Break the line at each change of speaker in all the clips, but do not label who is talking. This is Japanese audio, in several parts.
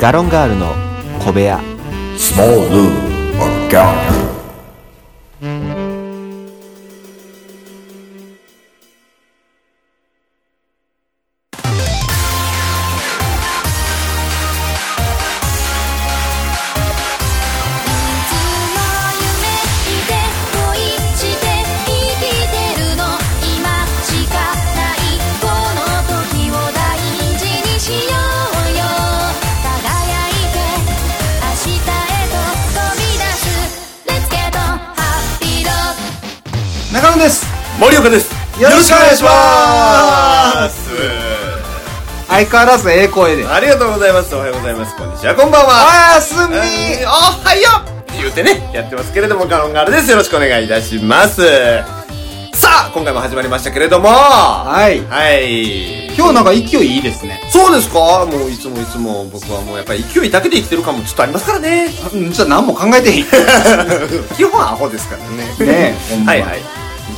ガロンガールの小部屋
Small Lou O'Gallagher.
いつも夢見て恋して生きてるの今しかないこの時を大事にしようよ輝いて明日へと飛び出す Let's get on happy road
中野です
森岡です
よろしくお願いします相変わらずええ声で
ありがとうございますおはようございますこんにちはこんばんは
あーす
お
み
おはようって言うてねやってますけれどもガロンガールですよろしくお願いいたしますさあ今回も始まりましたけれどもは
はい
はい
今日なんか勢いいいですね
そうですかもういつもいつも僕はもうやっぱり勢いだけで生きてる感もちょっとありますからね
うんじゃあ何も考えてへん
基本アホですからね
ねえほんま
はいはい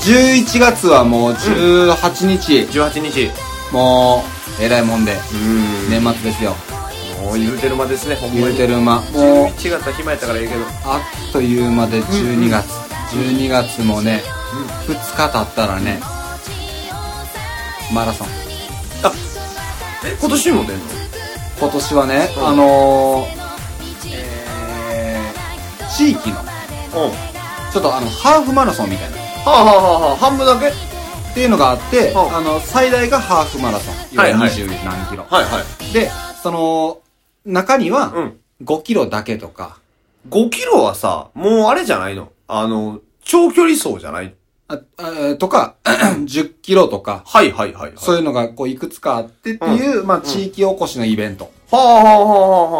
11月はもう18日、
18日
もうえらいもんで
うん
年末ですよ
もう言うてる間ですねほん
言
ま
う
に
てる間もう
11月は暇やったからええけど
あっという間で12月、12月もね、2日経ったらねマラソン
え今年も出んの
今年はね、
うん
あのーえー地域の
うん
ちょっとあのハーフマラソンみたいなっ
はあはあはあはあ半分だけ
ていうのがあって、
うん
あの最大がハーフマラソン
は
2
いはい
0何キロ、
はいはい
でその中に
う
は
ん
5キロだけとか、
5キロはさ、もうあれじゃないのあの、長距離走じゃない
ああえーとか 10キロとか
はいはいはい、はい。
そういうのがこういくつかあってっていう、まあ、地域おこしのイベント
はあはあはあは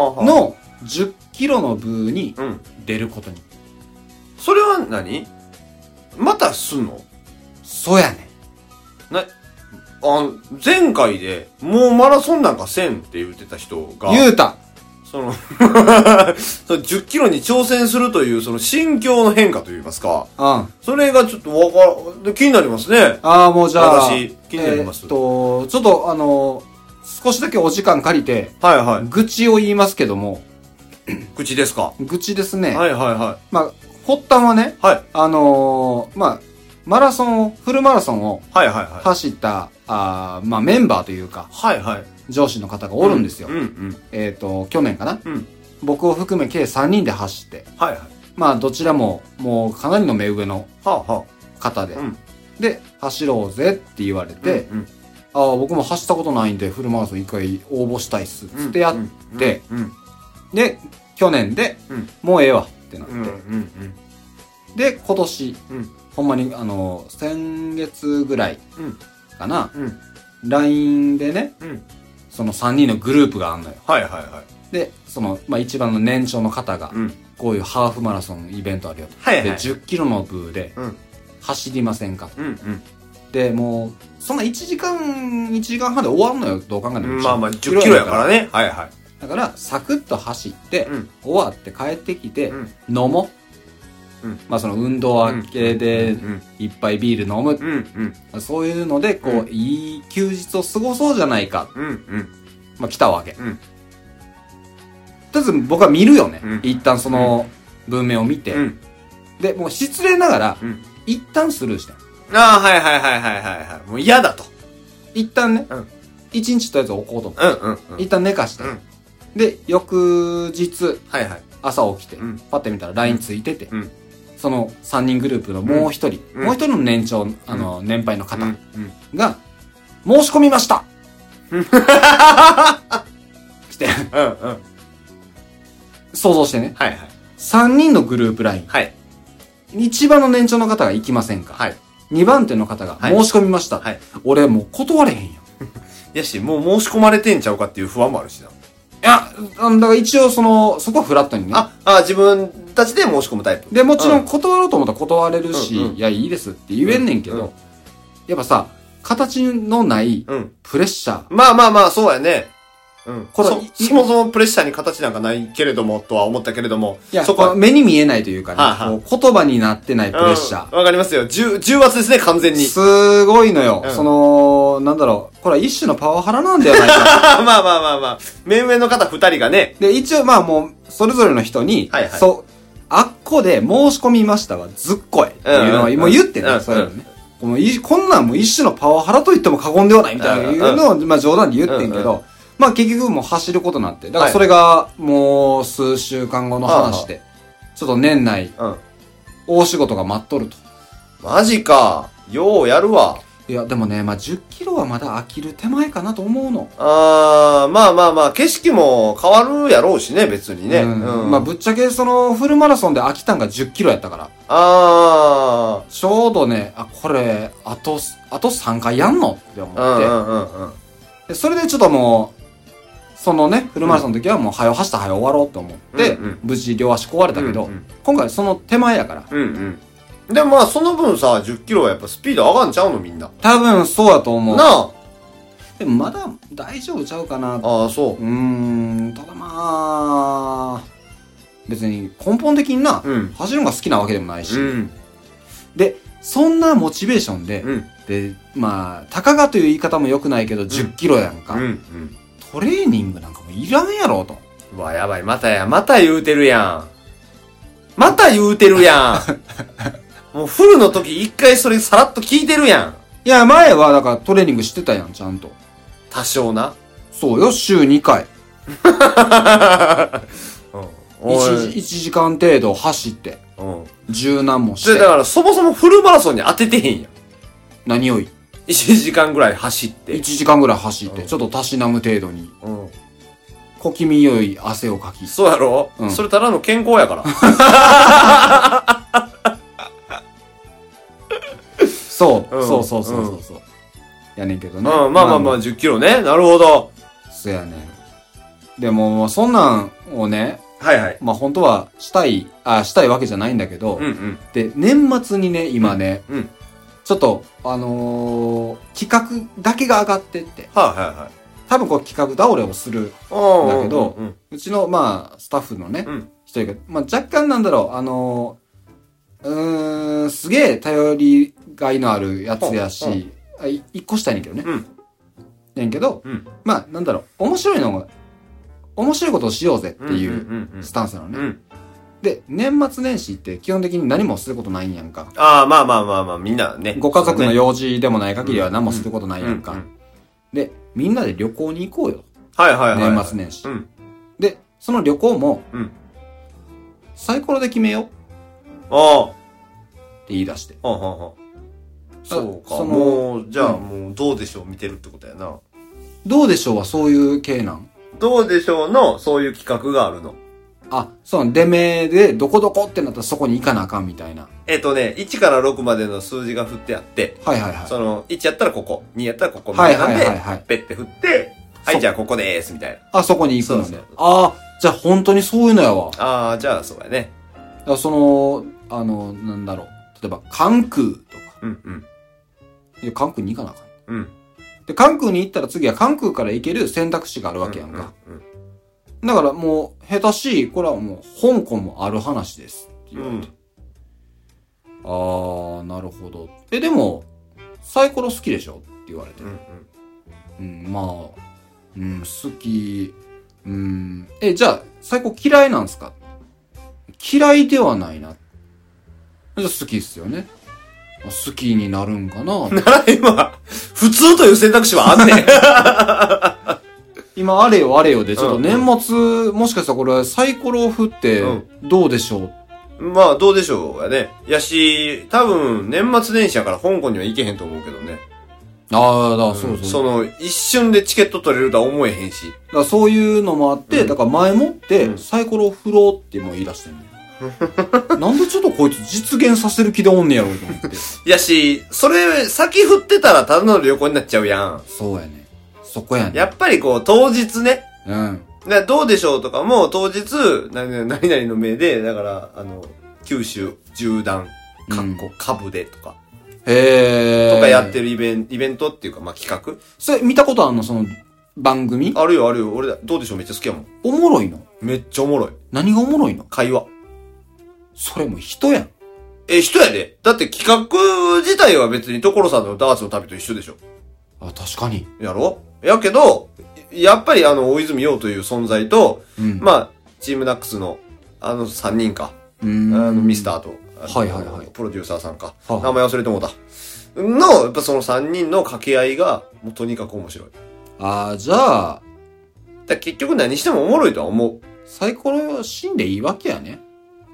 あはあ。
の10キロの部に
うん。
出ることに。
それは何またすんの
そうやね
な、あの、前回で、もうマラソンなんかせんって言ってた人が、
ん。言うた。
その、 その10キロに挑戦するという、その心境の変化といいますか、
うん。あ
それがちょっとわから、で気になりますね。
あー、もうじゃあ。
私気になります
えーっと、ちょっとあのー少しだけお時間借りて、
はいは
愚痴を言いますけども、
い。口ですか。
愚痴ですね。
はいはいは
まあ、発端はね、
い。はい。
あのーまあ、マラソンを、フルマラソンを
はいはいはい。
走った、あーまあ、メンバーというか、
はいはい。
上司の方がおるんですよ。
うんうん。
えーっと、去年かな。
うん。
僕を含め計3人で走って、
はいはい。は
まあ、どちらも、もうかなりの目上の
あは
方で、
うん
で、走ろうぜって言われ
あ。
て、
うんうん
ああ、僕も走ったことないんで、フルマラソン一回応募したいっす。つってやって、
うんうん
で、去年で、
うん
もうええわってなって、
うんうん
で、今年、
うん
ほんまに、あの、先月ぐらい
うん
かな、
うん
LINE でね、
うん
その3人のグループがあんのよ。
はいはいはい
で、その、まあ、一番の年長の方が、
うん
こういうハーフマラソンイベントあるよと。
はいはい
で、10キロの部で
うん
走りませんかと。
うん
で、もう、そんな1時間、1時間半で終わんのよ、どう考えても。
うんまあまあ10キロやからねはいはい
だから、サクッと走って、
うん
終わって帰ってきて、
うん
飲もう。
うん
まあその運動明け
う
で
ん
いっぱいビール飲む。
うんうん
そういうので、こう、
うん
いい休日を過ごそうじゃないか。
うんうん
まあ来たわけ。
うん
とりあえず僕は見るよね。
うん
一旦その文面を見て。
うん
で、もう失礼ながら、
うん
一旦スルーして。
ああはいはいはいはいはいはいもう嫌だと
一旦ね
うん、
一、日とりあえず置こうと思って。
うんうんうん
一旦寝かして。
うん
で、翌日、
はいはい
朝起きて、
うん
パッて見たら LINE ついてて、
うん
その3人グループのもう1人、
うん
もう1人の年長、あの、年配の方
うんうん
が、申し込みました来て、
うんうん
想像してね。
はいはい
3人のグループ LINE。
はい
一番の年長の方が行きませんか、
はい
二2番手の方が
はい
申し込みました。
はい
俺もう断れへんよ。
やしもう申し込まれてんちゃうかっていう不安もあるしない
や、あのだから一応その、そこはフラットにね。
ああ自分たちで申し込むタイプ
で、もちろ
うん
断ろうと思ったら断れるし、
うんうん
いや、いいですって言えんねんけど、
うんうん
やっぱさ、形のない
うん
プレッシャー、
まあまあまあそうやねうん。
これ
そ
い
そもそもプレッシャーに形なんかないけれども、とは思ったけれども、
いや、
そ
そ
こ
こ
は、
目に見えないというかね、
はいはい
こう言葉になってないプレッシャー。
うんわかりますよ。重、重圧ですね、完全に。
すごいのよ、
うん
その、なんだろう。これは一種のパワハラなんではないか。
まあまあまあまあまあ。面々の方二人がね、
で、一応まあもう、それぞれの人に、
はいはい
そう、あっこで申し込みましたはずっこいっていうの
うんうんう
は、
ん
もう言ってね、
うんうん
そういうのね。このいこんなんも一種のパワハラと言っても過言ではないみたいないうのを、まあ冗談で言ってんけ
うん
ど、まあ結局もう走ることになって、だか
は
ら
い
それがもう数週間後の話で、ちょっと年内、
うん。
大仕事が待っとると。
マジか。ようやるわ。
いや、でもね、まあ10キロはまだ飽きる手前かなと思うの。
あー、まあまあまあ、景色も変わるやろうしね、別にね。
うん
うん。
まあぶっちゃけそのフルマラソンで飽きたんが10キロやったから。
あ
ちょうどね、あ、これ、あと、あと3回やんのって思
ー。うんう
って、
んうんうん。
でそれでちょっともう、そのね、フルマラソンの時はもう、早走った早終わろうと思って、
うんうん
無事両足壊れたけど、
うんうん
今回その手前やから、
うんうん。でもまあ、その分さ、10キロはやっぱスピード上がんちゃうの、みんな。
多分そうやと思う
な。あ。
でもまだ大丈夫ちゃうかな。う
ああ、そ
ーん、ただまあ、別に根本的にな、
う。うん。
走るのが好きなわけでもないし、
うん。
で、そんなモチベーションで、
うん。
で、まあ、たかがという言い方も良くないけど、10キロやんか。
うん。
トレーニングなんかもいらんやろと。
うん。うわ、やばい。またや、また言うてるやん。また言うてるや ん。もうフルの時一回それさらっと聞いてるやん。
いや、前はだからトレーニングしてたやん、ちゃんと。
多少な。
そうよ、週2回。
うん。お
1,
い
時間程度走って、
うん。
柔軟もし
で、だ
て。
からそもそもフルマラソンに当ててへんやん。
何より
1時間ぐらい走っ
1
て。
時間ぐらい走っ
う
て、
ん
ちょっとたしなむ程度に、
うん。
小気味よい汗をかき。
そうやろ、
うん
それただの健康や から。
そう、
うん
そうそうそうそうそう。やねんけどね。
うん、まあまあまあ、10キロね。なるほど。
そうやねん。でも、そんなんをね、
はいはい。
まあ本当はしたい、あ、したいわけじゃないんだけど、
うんうん。
で、年末にね、今ね、
うんうん
ちょっと、あのー企画だけが上がってって、
はいはいはい。
多分こう企画倒れをする、
うん
だけど
うんうん
うちの、まあ、スタッフのね、
うん
一人が、まあ若干なんだろう、あのーうーん、すげえ頼りがいのあるやつや
うんう
し、あい一個したいねんけどね。
うん
ねんけど、
うん
まあ、なんだろう、面白いのが、面白いことをしようぜってい
ん
う
うんうん
スタンスなのね。
うん。
で、年末年始って基本的に何もすることないんやんか。
ああ、まあまあまあまあ、みんなね。
ご家族の
よ
用事でもない限りは何もすることな
う
い
に
やんか。で、みんなで旅行に行こうよ。
はいはいはい。
年末年始
う。ん。
で、その旅行も
うん、
サイコロで決めようって
あ
言い出して。
あ、はんはんはん。そう
そ
か。
の
もう、じゃあ
うん
もう、どうでしょう見てるってことやな。
どうでしょうはそういう系なん
どうでしょうの、そういう企画があるの。
あ、その出目でどこどこってなったらそこに行かなあかんみたいな。
えっとね、1から6までの数字が振ってあって、
はいはいはい。
その、1やったらここ、2やったらここ、み
は
た
い
いな
はい
ん
はい
で、
はい。
ペッて振って、は
そ
い、
う
じゃあここでーす、みたいな。
あ、そこに行くの
そう
ね
そう。
ああ、じゃあ本当にそういうのやわ。だか
ああ、じゃあそうやね。
らその、あの、なんだろう。例えば、関空とか。
うんうん。
いや、関空に行かなあかん。
うん。
で、関空に行ったら次は関空から行ける選択肢があるわけやんか。
うん
だからもう、下手しい、これはもう、香港もある話です。って
う
言
ん。
わ
う
れ
ん
て。あー、なるほど。え、でも、サイコロ好きでしょって言われて。
う
うん
ん、
まあ、うん、好き、うん、え、じゃあ、サイコロ嫌いなんですか嫌いではないな。じゃあ好きっすよね。あ好きになるんかな
なら今、普通という選択肢はあんねん。
今、あれよあれよで、ちょっと
うん
年末、もしかしたらこれ、サイコロを振って
うん、
どうでしょう、
まあ、どうでしょうやね。やし、多分、年末年始やから香港には行けへんと思うけどね。
ああ、だからそうそう。
その、一瞬でチケット取れるとは思えへんし。
だからそういうのもあって、
うん
だから前もっ
う
て
ん
サイコロを振ろうってもう言い出してんね、 ん、なんでちょっとこいつ実現させる気でおんねやろうと思って。
やし、それ、先振ってたらただの旅行になっちゃうやん。
そうやね。そこやね。
やっぱりこう、当日ね。
うん。
だからどうでしょうとかも、当日、何々何々の命で、だから、あの、九州、縦断、かっこ、かぶでとか、
へえ。
とかやって
る。
るイベンイベントっていうか、まあ、企画
それ見たことあんのその、番組
あるよあるよ。俺だ、どうでしょうめっちゃ好きやもん。
おもろいの
めっちゃおもろい。
何がおもろいの
会話。
それも人やん。
え、人やで。だって企画自体は別に所さんのダーツの旅と一緒でしょ。
あ、確かに。
やろやけど、やっぱりあの、大泉洋という存在と、
うん
まあ、チームナックスの、あの3人か。
う
あ
ん
の、ミスターと、あの
はいはいはい
プロデューサーさんか。
はあ
名前忘れてもうた。の、やっぱその3人の掛け合いが、もうとにかく面白い。だか
あー、じゃあ、
ら結局何してもおもろいとは思う。
サイコロ死んでいいわけやね。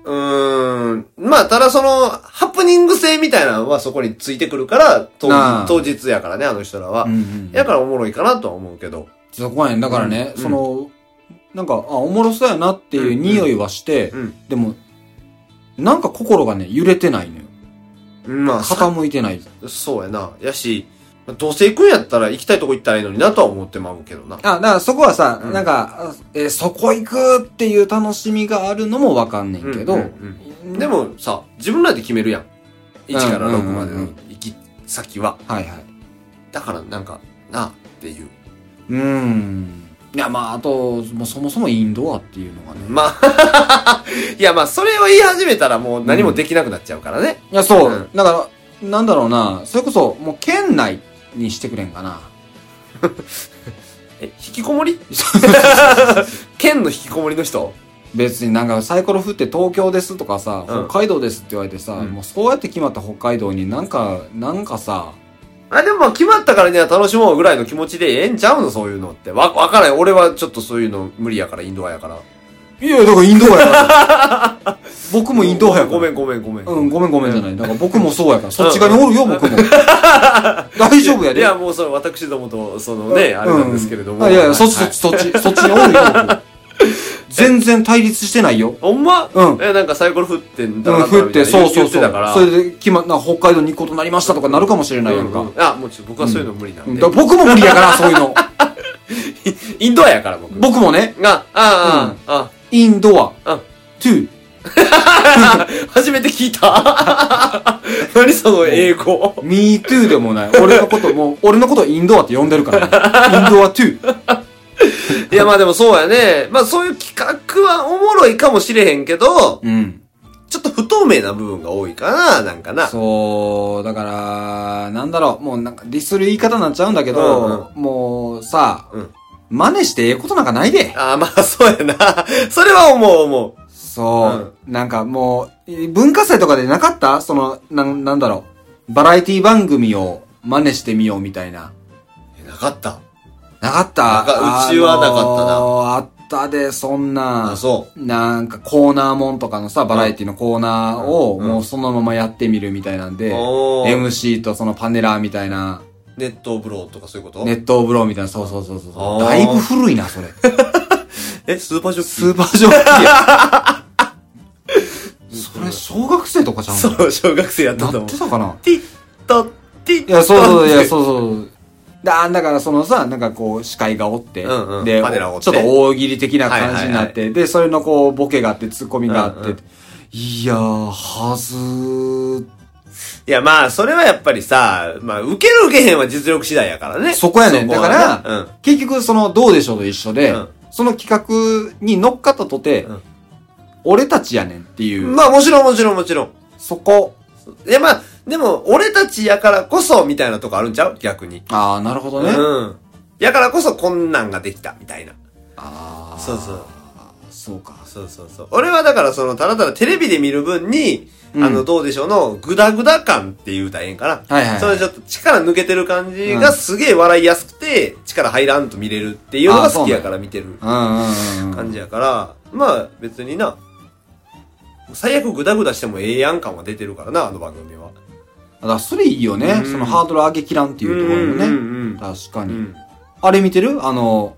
うーん。まあ、ただその、ハプニング性みたいなのはそこについてくるから、当
なあ
日当日やからね、あの人らは。
ん
やからおもろいかなとは思うけど。
そこはね、だからね、
うん
その、なんか、あ、おもろそうやなっていう匂いはして、
うん
でも、なんか心がね、揺れてないのよ。
まあ、さ
傾いてない。
そうやな。やし、どうせ行くんやったら行きたいとこ行ったらいいのになとは思ってまうけどな。
あ、だからそこはさ、
うん
なんか、あえーそこ行くっていう楽しみがあるのもわかんねんけど、
うんうんうんでもさ、自分らで決めるやん。1から6まで
うんうん
の
うん
行き先は。
はいはい。
だからなんか、なあっていう。
うーん。いや、まあ、あと、もうそもそもインドアっていうのがね。
まあ、 いやまあ、それを言い始めたらもう何もできなくなっちゃうからね。
いや、そう。
うん
だから、なんだろうな、それこそ、もう県内にしてくれんかな。
え、引きこ もり県の引きこもりの人
別になんかサイコロ振って東京ですとかさ、
うん
北海道ですって言われてさ、
うん
もうそうやって決まった北海道になんか、なんかさ、
あ、でもまあ決まったからには楽しもうぐらいの気持ちでええんちゃうのそういうのって。わ、わからない。俺はちょっとそういうの無理やから、インドアやから。
いや、だからインドアやから。 僕もインドアやから。
ごめんごめんごめん。
うん、ごめんごめんじゃない。だから僕もそうやから。そっち側におるよ、僕も。大丈夫やで。
いや、もうそれ私どもと、そのね、あれなんですけれども。
うんあいやいや、そっち、
は
そ
い
っち、そっち、そ っちにおるよ、僕全然対立してないよ。
ほんま
うん
え、なんかサイコロ振ってんだ
う、
なんみたいな
降って、そうそ
言
う
っ言
そ
ってたから。
う。それで、決ま、な、北海道に行くことになりましたとかなるかもしれないやんか
うん。うんあ、もうちょっと僕はそういうの無理なん
うん
で
だから。僕も無理やから、そういうの。
インドアやから、僕。
僕もね、
が、ああ、あ
インド
う
ア
ん、
トゥ、
あ、初めて聞いた。 何その英語。
ミートゥーでもない。俺のこと も、俺のことをインドアって呼んでるからね、インドアトゥー。
いや、まあでもそうやね。まあそういう企画はおもろいかもしれへんけど、
うん。
ちょっと不透明な部分が多いかな、なんかな。
そう、だから、なんだろう、もうなんかディスる言い方になっちゃうんだけど、もうさ、
うん
真似してええことなんかないで。
ああ、まあそうやな。それは思う思う。
そう、なんかもう、え文化祭とかでなかったその、なん、なんだろう、バラエティ番組を真似してみようみたいな。
えなかった。
なかっ
な
た
んかうちはなかったな
あのーあったで、そんな。
あそ
なんかコーナーもんとかのさ、バラエティのコーナーを
うん
もうそのままやってみるみたいなんで、
おー
MC とそのパネラーみたいな、
熱湯風呂とかそういうこと
熱湯風呂みたいな、そうそうそうそうそう。
あー
だいぶ古いな、それ。
え、 スーパージョッキ
スーパージョッキーや。 それ、小学生とかじゃん
そう、小学生やってた
な
も
っ
ん。
てたかな
ティッタッティッ
いや、そうそう、いや、
う。
そうそう。だ、だからそのさ、なんかこう、司会がおって、
うんうん
で、ちょ
パネラー
っ
おっ
と
て
大喜利的な感じになって、で、それのこう、ボケがあって、ツッコミがあって、
うんうん
いやー、はずー、
いや、まあ、それはやっぱりさ、まあ、受ける受けへんは実力次第やからね。
そこやねん。
そ
だ
は
か
ね
ら、
うん。
結局その、どうでしょうと一緒で、
うん
その企画に乗っかったとて、
うん
俺たちやねんっていう、
まあもちろんもちろんもちろん。
そこ。
いやまあ、でも俺たちやからこそみたいなとこあるんちゃう逆に。
ああ、なるほどね。
うん。やからこそこんなんができたみたいな。
ああ、
そうそう。
そうか。
そうそうそう。俺はだからそのただただテレビで見る分に、
うん
あのどうでしょうのグダグダ感って言うたらええんかな。
はいはいはい
それちょっと力抜けてる感じ
う
が
ん
すげえ笑いやすくて、力入らんと見れるっていうの
あー
が
そうなん
好き
や
やから見てる
うんうんうんうん。
感じやから、まあ別にな、最悪グダグダしてもええやん感は出てるからな、あの番組は。
だからそれいいよね。
うん
そのハードル上げきらんっていうところもね。
うんうんうん
確か
う
に、
ん。
あれ見てるあの、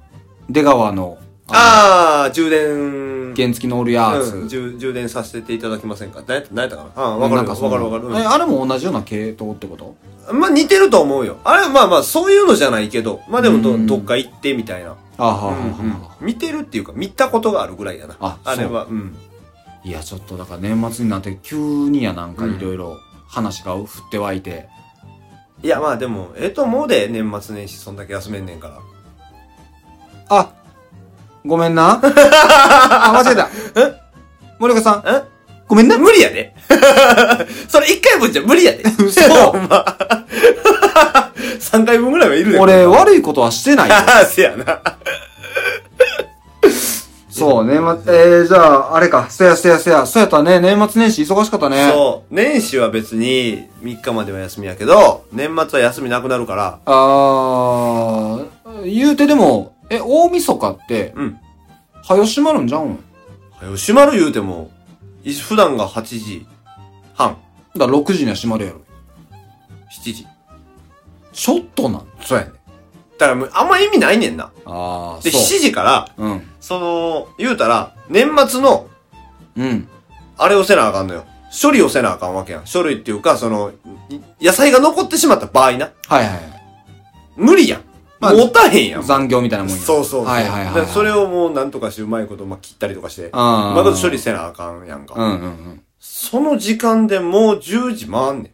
出川の、あ
あー、充電
の、原付きのオールヤーツ。
うん、充充電させていただきませんか何やった何やったかなうん、わかる
な
わ
ん
か
その
るわかる。
えあれも同じような系統ってこと
うんまあ似てると思うよ。あれ、まあまあ、そういうのじゃないけど、まあでも
う
ど、
ん
どっか行ってみたいな。
あはあはあ
うんうん
はあ
見てるっていうか、見たことがあるぐらいやな。
あ
れは、うん。
いや、ちょっとだから年末になって急にやなんかいろいろ話が降って湧いて。
いや、まあでも、ええと思うで、年末年始、そんだけ休めんねんから。
あ、ごめん な。あ、間違えた。森岡さん。
ん
ごめんな。
無理やで。 それ一回分じゃ無理やで。
嘘
ほんま三回分ぐらいはいるで。
俺、悪いことはしてないよ。
ああ、 せやな。
そう、年末、えー、じゃあ、あれか。せやせやせや。そうやったね。年末年始忙しかったね。
そう。年始は別に3日までは休みやけど、年末は休みなくなるから、
あー、言うてでも、え、大晦日って、
うん。
はよ閉まるんじゃうん
吉丸言うても、い普段が8時半、
だから6時には閉まるやろ。
7時。
ちょっとなん。
そうやね。だからもうあんま意味ないねんな。
あ
で、7時から、
う。うん。
その、言うたら、年末の、
うん。
あれをせなあかんのよ。処理をせなあかんわけやん。処理っていうか、その、い野菜が残ってしまった場合な。
はいはいはい。
無理やん。
まあ
持たへんやん。
残業みたいなもんや。
そうそう。
はいはいはい
だ
は
か
い。
らそれをもうなんとかしてうまいこと、まあ、切ったりとかして、う
あー
まいこと処理せなあかんやんか。
うんうん
その時間でもう10時回んね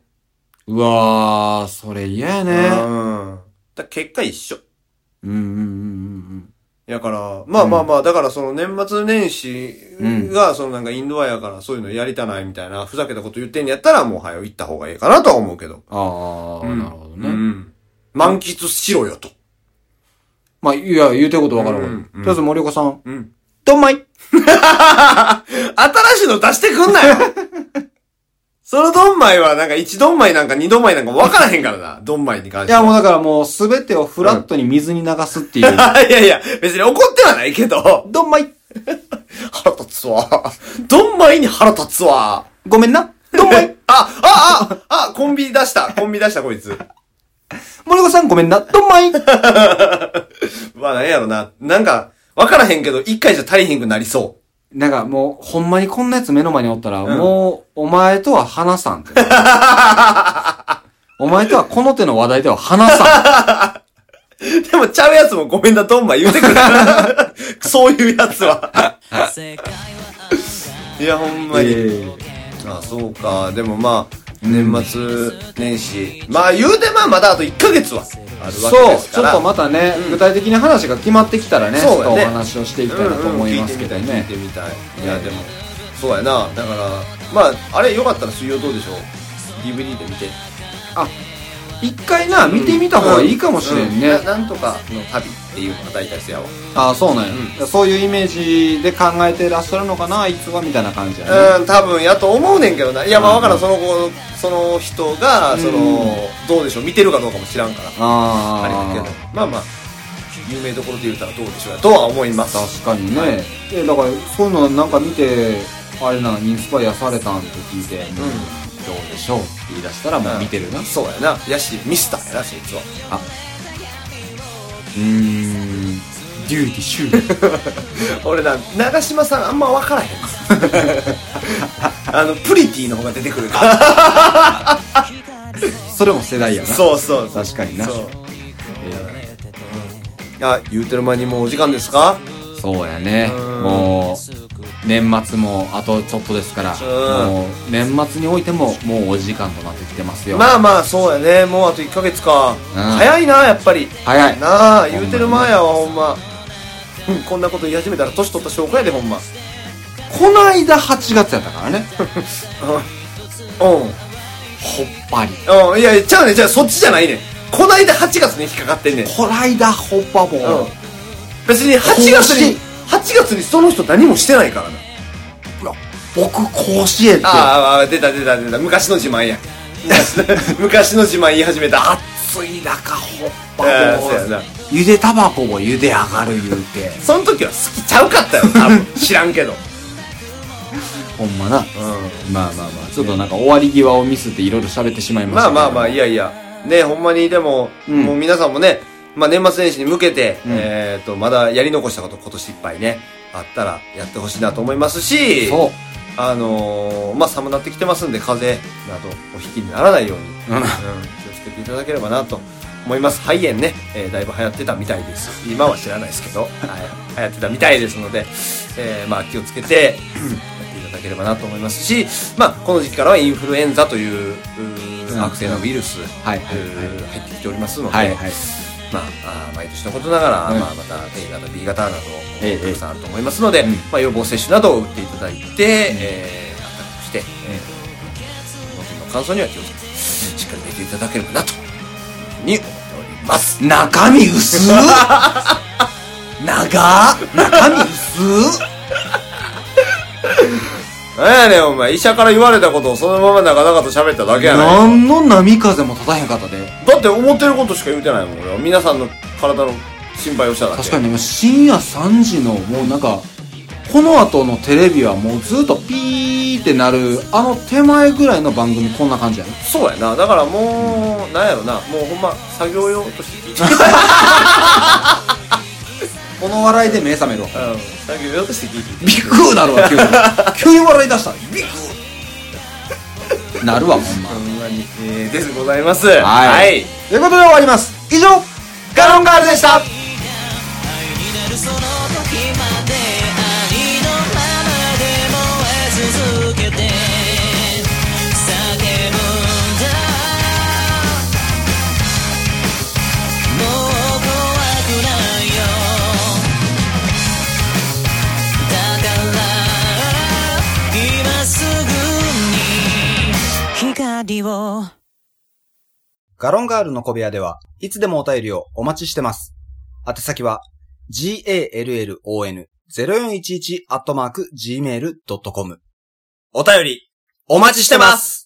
うん。うわー、それ嫌や
ん。
ね。
うん。だから結果一緒。
うんうんうんうん
やから、まあまあまあ、だからその年末年始が、そのなんかインドアやからそういうのやりたないみたいな、ふざけたこと言ってんやったら、もう早よ行った方がいいかなとは思うけど。
ああ、なるほどね。
うん。満喫しろよと。
まあ、いや、言うてることわかるわ、
うん
とりあえず森岡さん。
うん。
どんまい
新しいの出してくんなよそのドンマイはなんか1ドンマイなんか2ドンマイなんか分からへんからな、ドンマイに関し
い
ては。
や、もうだからもうすべてをフラットに水に流すっていう。
いやいや、別に怒ってはないけど、
どんまい
腹立つわ。ドンマイに腹立つわ。
ごめんなどんま い
あ、あ、あ、あ、コンビ出した。コンビ出した、こいつ。
森岡さんごめんなどんまい
まあ、なんやろな。なんか、わからへんけど、一回じゃ足りへんくなりそ
なんかもう、ほんまにこんなやつ目の前におったら、もう、お前とは話さんって。お前とはこの手の話題では話さん。
う。でも、ちゃうやつもごめんな、ドンマイ言うてくる。そういうやつは。いや、ほんまに。あ、そうか。でもまあ、年末年始。まあ、言うてまあ、まだあと1ヶ月はあるわけ
そ
で
う、
す
ち
か
ょっ
ら。
とまたね、具体的に話が決まってきたらね、ちょ
そ
っと
うや
お
ね
話をしていきたいなと思いますけど
うんうん聞い
ね
て。みたい聞いてみたいいやでもそうやなだからまああれよかったら水曜どうでしょう DVD で見て
一回な、見てみた方がいいかもしれんね。
うななんとかの旅っていうのが大体せやわ
ああ、そうなんや、そういうイメージで考えてらっしゃるのかな、あいつは、みたいな感じやね。
うん多分やと思うねんけどないやまあわからんその子その人がその、どうでしょう見てるかどうかも知らんからあれ
あ
だ
あ
けどまあまあ有名どころで言うたらどうでしょうやとは思います
確かにね。え、だから、そういうのなんか見て、あれな、インスパイアされたんって聞いて、どうでしょうって言い出したら、もう見てるな。う
そうやなやしミスターやなそいつは
ーん、デューティシュー。
俺な長嶋さんあんま分から へんあのプリティの方が出てくるから
それも世代やな。 う。
そうそうそう
確かにな
そう、あ言うてる間にもうお時間ですか
そうやね。
うん
もう、年末もあとちょっとですから、
うん
もう、年末においても、もうお時間となってきてますよ。
まあまあそうやねもうあと1ヶ月か、早いなやっぱり
早い。
なあ言うてる前やわほんま、うん、こんなこと言い始めたら年取った証拠やでほんま
この間8月やったからね。
うん
ほっぱり。
うんいやいやちゃうねじゃあそっちじゃないねんこないだ8月に引っかかってんねん
こないだほっぱも
うん別に8月に
更
8月にその人何もしてないからな
僕甲子園って
あーあー出た出た出た昔の自慢や 昔の自慢言い始めたあ
暑い中ほっぱ
あー
も
そうやな
ゆでタバコもゆで上がる言うて
その時は好きちゃうかったよ多分知らんけど
ほんまな
う
まあまあまあちょっとなんか終わり際をミスっていろいろ喋ってしまい
ん
まし
ま
た
あまあまあい
い
やいやねほんまにでも、
うん
もう皆さんもねまあ年末年始に向けて、
うん
えっ、と、まだやり残したこと今年いっぱいね、あったらやってほしいなと思いますし、
そう
あのーまあ寒なってきてますんで、風邪などお引きにならないように、
うん
うん気をつけていただければなと思います。肺炎ね、えーだいぶ流行ってたみたい です。今は知らないですけど、はい、流行ってたみたいですので、えーまあ気をつけて、やっていただければなと思いますし、まあこの時期からはインフルエンザという、うー
うん
悪性のウイルス、
はいはいはいう
ー入ってきておりますので、
はいはい
ままあ、あー毎年のことながら、
うん
まあ、また A 型 B 型など
ええ
たくさんあると思いますので、
うん
まあ、予防接種などを打っていただいて、えー、暖かくして、えー、本当の乾燥には気をつけてしっかり寝ていただければなというふうに思っております
中身 薄長っ中身薄
なんやねんお前医者から言われたことをそのまま長々と喋っただけやないか
何の波風も立たへんかったで
だって思ってることしか言うてないもん俺は皆さんの体の心配をしただけ
確かに今深夜3時のもうなんかこの後のテレビはもうずっとピーってなるあの手前ぐらいの番組こんな感じやね
そうやなだからもう、なんやろなもうほんま作業用として聞い て
この笑いで目覚めるわ
うん作業用として聞いて
ビクーなる わ急に急に笑い出したビクーなるわほんま
ほんまに、えー、ですございます
はい
はい、
ということで終わります以上ガロンガールでした
その時までありのままで燃え続けて叫ぶんだもう怖くないよだから今すぐに光を
ガロンガールの小部屋では、いつでもお便りをお待ちしてます。宛先は、gallon0411-gmail.com。
お便りお待ちしてます